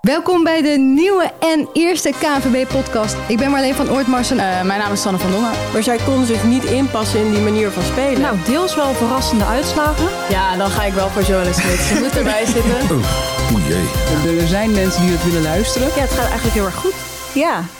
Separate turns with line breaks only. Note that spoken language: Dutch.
Welkom bij de nieuwe en eerste KNVB-podcast. Ik ben Marleen van Oortmarsen.
Eh, mijn naam is Sanne van Dongen.
Maar zij kon zich niet inpassen in die manier van spelen.
Nou, deels wel verrassende uitslagen.
Ja, dan ga ik wel voor Joelle Smit. Ze moet erbij zitten.
Oeh, jee.
Er zijn mensen die het willen luisteren.
Ja, het gaat eigenlijk heel erg goed.
Ja,